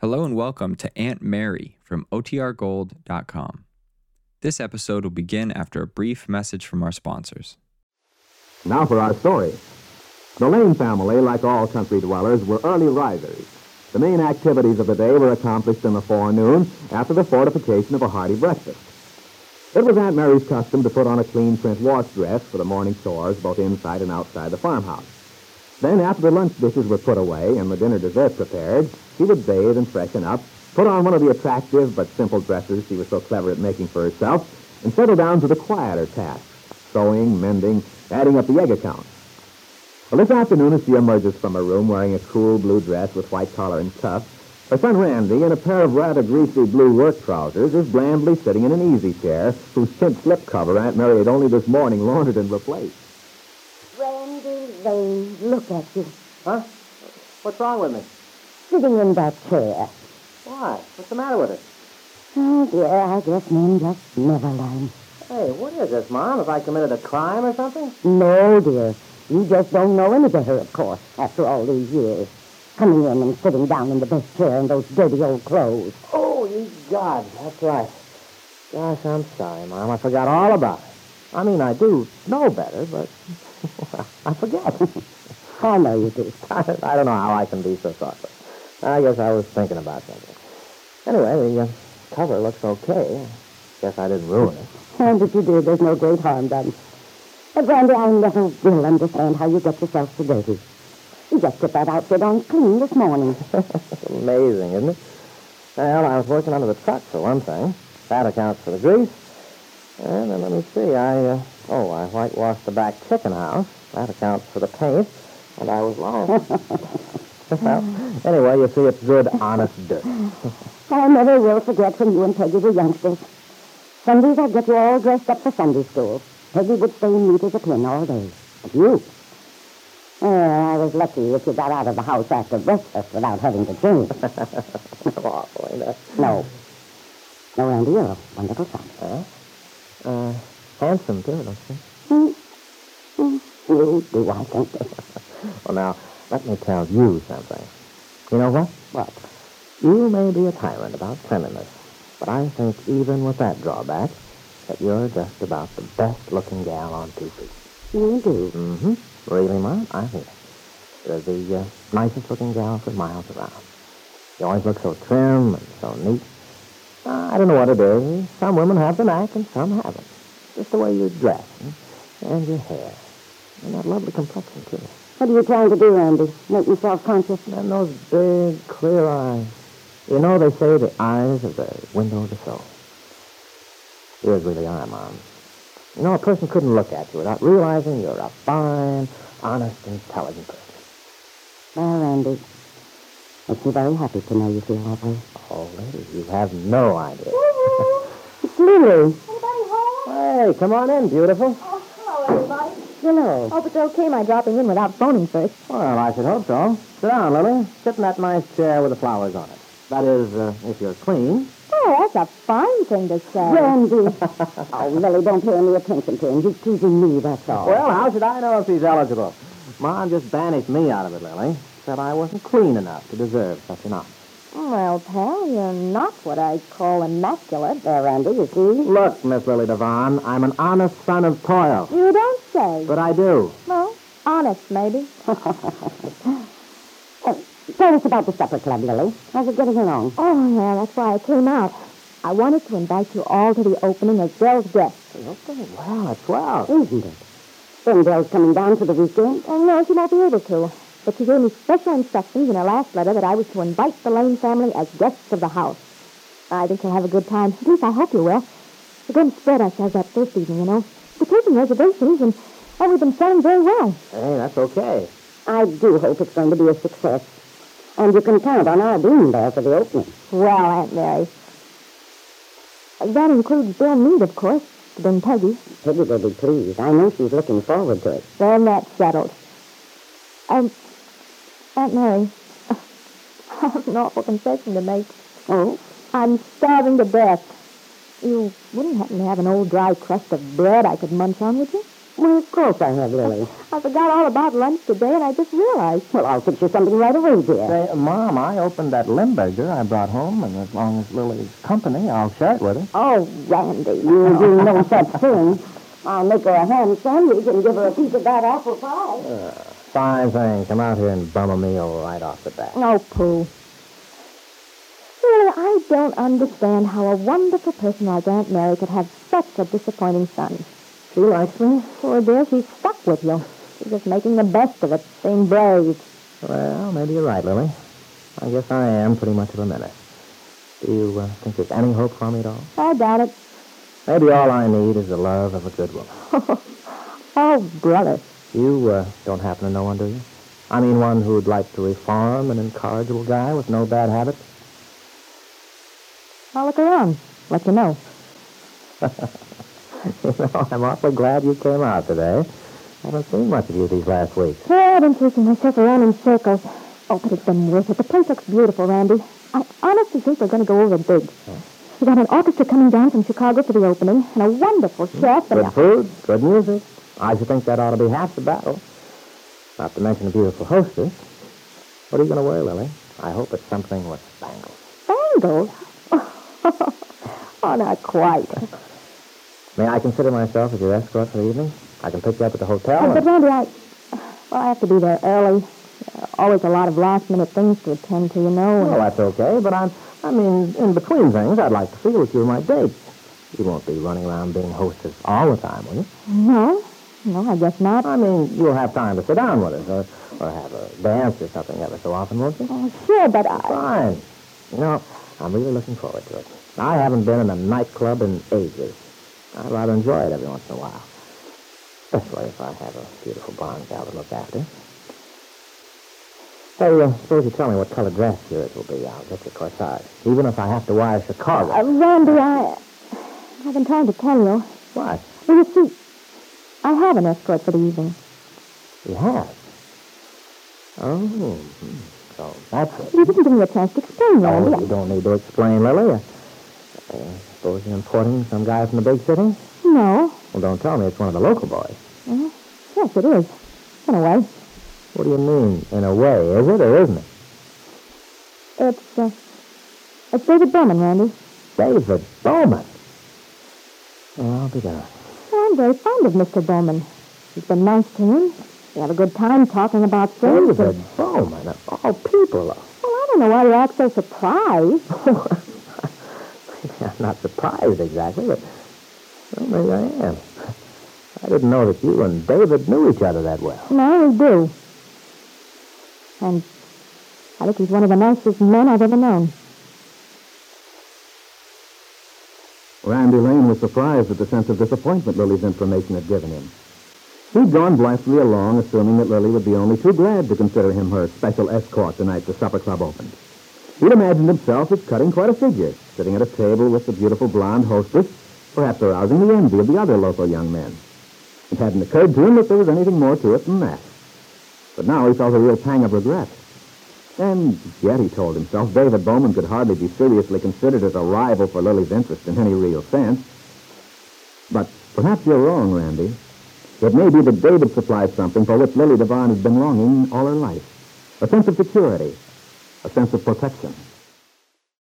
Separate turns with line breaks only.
Hello and welcome to Aunt Mary from OTRGold.com. This episode will begin after a brief message from our sponsors.
Now for our story. The Lane family, like all country dwellers, were early risers. The main activities of the day were accomplished in the forenoon after the fortification of a hearty breakfast. It was Aunt Mary's custom to put on a clean print wash dress for the morning chores both inside and outside the farmhouse. Then, after the lunch dishes were put away and the dinner dessert prepared, she would bathe and freshen up, put on one of the attractive but simple dresses she was so clever at making for herself, and settle down to the quieter tasks, sewing, mending, adding up the egg account. Well, this afternoon, as she emerges from her room wearing a cool blue dress with white collar and cuffs, her son Randy, in a pair of rather greasy blue work trousers, is blandly sitting in an easy chair whose chintz slip cover Aunt Mary had only this morning laundered and replaced.
Randy Lane, look at you,
Huh? What's wrong with me?
sitting in that chair.
Why? What's the matter with it?
Oh, dear, I guess men just never learn.
Hey, what is this, Mom? Have I committed a crime or something?
No, dear, you just don't know any better, of course, after all these years. Coming in and sitting down in the best chair in those dirty old clothes.
Oh, you God, that's right. Gosh, I'm sorry, Mom. I forgot all about it. I mean, I do know better, but I forget.
I know you do.
I don't know how I can be so thoughtless. I guess I was thinking about something. Anyway, the uh, cover looks okay. Guess I didn't ruin it.
And if you do, there's no great harm done. But, Randy, I never will understand how you get yourself so dirty. You just put that outfit on clean this morning.
Amazing, isn't it? Well, I was working under the truck for one thing. That accounts for the grease. And then let me see. I uh, oh, I whitewashed the back chicken house. That accounts for the paint. And I was wrong. well, anyway, you see, it's good, honest dirt.
I never will forget when you and Peggy were youngsters. Sundays I'd get you all dressed up for Sunday school. Peggy would stay neat as a pin all day. But you? Oh, I was lucky if you got out of the house after breakfast without having to change.
Awful, ain't it?
no. No, Randy, you're a wonderful son.
Uh, handsome too, don't you?
You do, I think.
Well, now let me tell you something. You know what?
What?
You may be a tyrant about cleanliness, but I think even with that drawback, that you're just about the best looking gal on two feet.
You do.
Mm-hmm. Really, Mom? I think it. You're the uh, nicest looking gal for miles around. You always look so trim and so neat. Uh, I don't know what it is. Some women have the knack and some haven't. Just the way you dress and- and your hair. And that lovely complexion, too.
What are you trying to do, Randy? Make me self-conscious?
And those big, clear eyes. You know, they say the eyes are the window of the soul. Yours really are, Mom. You know, a person couldn't look at you without realizing you're a fine, honest, intelligent person.
Well, Randy, makes me very happy to know you feel that way.
Oh, lady, you have no idea.
It's Lily.
Anybody home?
Hey, come on in, beautiful.
Oh, hello, everybody.
Hello.
Hope it's okay my dropping in without phoning first.
Well, I should hope so. Sit down, Lily. Sit in that nice chair with the flowers on it. That is, uh, if you're clean.
Oh, that's a fine thing to say.
Randy. oh, Lily, don't pay any attention to him. He's teasing me, that's all.
Well, how should I know if he's eligible? Mom just banished me out of it, Lily. Said I wasn't clean enough to deserve such an honor.
Well, pal, you're not what I'd call immaculate.
there, Randy, you see?
Look, Miss Lily Devon, I'm an honest son of toil.
You don't say.
But I do.
Well, honest, maybe.
Tell us about the supper club, Lily. How's it getting along?
Oh, yeah, that's why I came out. I wanted to invite you all to the opening as Bill's guests.
Okay, well, it's well.
Isn't it? Then Bill's coming down for the weekend.
Oh, no, she won't be able to. But she gave me special instructions in her last letter that I was to invite the Lane family as guests of the house. I think you'll have a good time. At least I hope you will. We're going to spread ourselves that first evening, you know. We're taking reservations, and oh, we've been selling very well.
Hey, that's okay.
I do hope it's going to be a success. And you can count on our being there for the opening.
Well, Aunt Mary. That includes Bill Meade, of course, then Peggy.
Peggy will be pleased. I know she's looking forward to it.
Then that's settled. Um, Aunt Mary, I have an awful confession to make.
Oh?
I'm starving to death. You wouldn't happen to have an old dry crust of bread I could munch on, would you?
Why, of course I have, Lily.
I forgot all about lunch today, and I just realized.
Well, I'll fix you something right away, dear.
Say, Mom, I opened that Limburger I brought home, and as long as Lily's company, I'll share it with her.
Oh, Randy.
You do no such thing. I'll make her a ham sandwich and give her a piece of that apple pie.
Fine thing. Come out here and bum a meal right off the bat.
Oh, Pooh. Really, I don't understand how a wonderful person like Aunt Mary could have such a disappointing son. She likes me. Poor dear, she's stuck with you. She's just making the best of it, being brave.
Well, maybe you're right, Lily. I guess I am pretty much of a menace. Do you uh, think there's any hope for me at all?
I doubt it.
Maybe all I need is the love of a good woman.
Oh, brother.
You uh, don't happen to know one, do you? I mean, one who'd like to reform an incorrigible guy with no bad habits?
I'll look around, let you know.
you know, I'm awfully glad you came out today. I haven't seen much of you these last weeks.
Yeah, I've been chasing myself around in circles. Oh, but it's been worth it. The place looks beautiful, Randy. I honestly think we're going to go over big. We got an orchestra coming down from Chicago for the opening, and a wonderful chef and
Good
a...
food, good music. I should think that ought to be half the battle. Not to mention a beautiful hostess. What are you going to wear, Lily? I hope it's something with spangles.
Bangles? oh, not quite.
May I consider myself as your escort for the evening? I can pick you up at the hotel.
Oh, but
and-
Randy, I, well, I have to be there early. There are always a lot of last-minute things to attend to, you know.
Well,
and-
that's okay, but I'm, I mean, in between things, I'd like to feel that you're my date. You won't be running around being hostess all the time, will you?
No, no, I guess not.
I mean, you'll have time to sit down with us or, or have a dance or something ever so often, won't you?
Oh, sure, but I...
Fine. You know, I'm really looking forward to it. I haven't been in a nightclub in ages. I rather enjoy it every once in a while. Especially if I have a beautiful blonde gal to look after. Hey, uh, suppose you tell me what color dress yours will be. I'll get you corsage. Even if I have to wire Chicago.
Uh, Randy, I... I've been trying to tell you.
Why?
Well, you see, I have an escort for the evening.
You have. Oh, hmm. so that's it.
You didn't give me a chance to explain, Randy.
Oh, you don't need to explain, Lily. Uh, suppose you're importing some guy from the big city?
No.
Well, don't tell me it's one of the local boys.
Yes, it is. In a way.
What do you mean, in a way? Is it or isn't it?
It's, uh, it's David Bowman, Randy.
David Bowman. Well, I'll be darned.
Well, I'm very fond of Mr. Bowman. He's been nice to him. We have a good time talking about things. and-
David Bowman, of all people.
Well, I don't know why you act so surprised.
I'm not surprised exactly, but well, maybe I am. I didn't know that you and David knew each other that well.
No, we do. And I think he's one of the nicest men I've ever known.
Randy Lane was surprised at the sense of disappointment Lily's information had given him. He'd gone blithely along, assuming that Lily would be only too glad to consider him her special escort the night the supper club opened. He'd imagined himself as cutting quite a figure, sitting at a table with the beautiful blonde hostess, perhaps arousing the envy of the other local young men. It hadn't occurred to him that there was anything more to it than that. But now he felt a real pang of regret. And yet, he told himself, David Bowman could hardly be seriously considered as a rival for Lily's interest in any real sense. But perhaps you're wrong, Randy. It may be that David supplies something for which Lily Devon has been longing all her life. A sense of security. A sense of protection.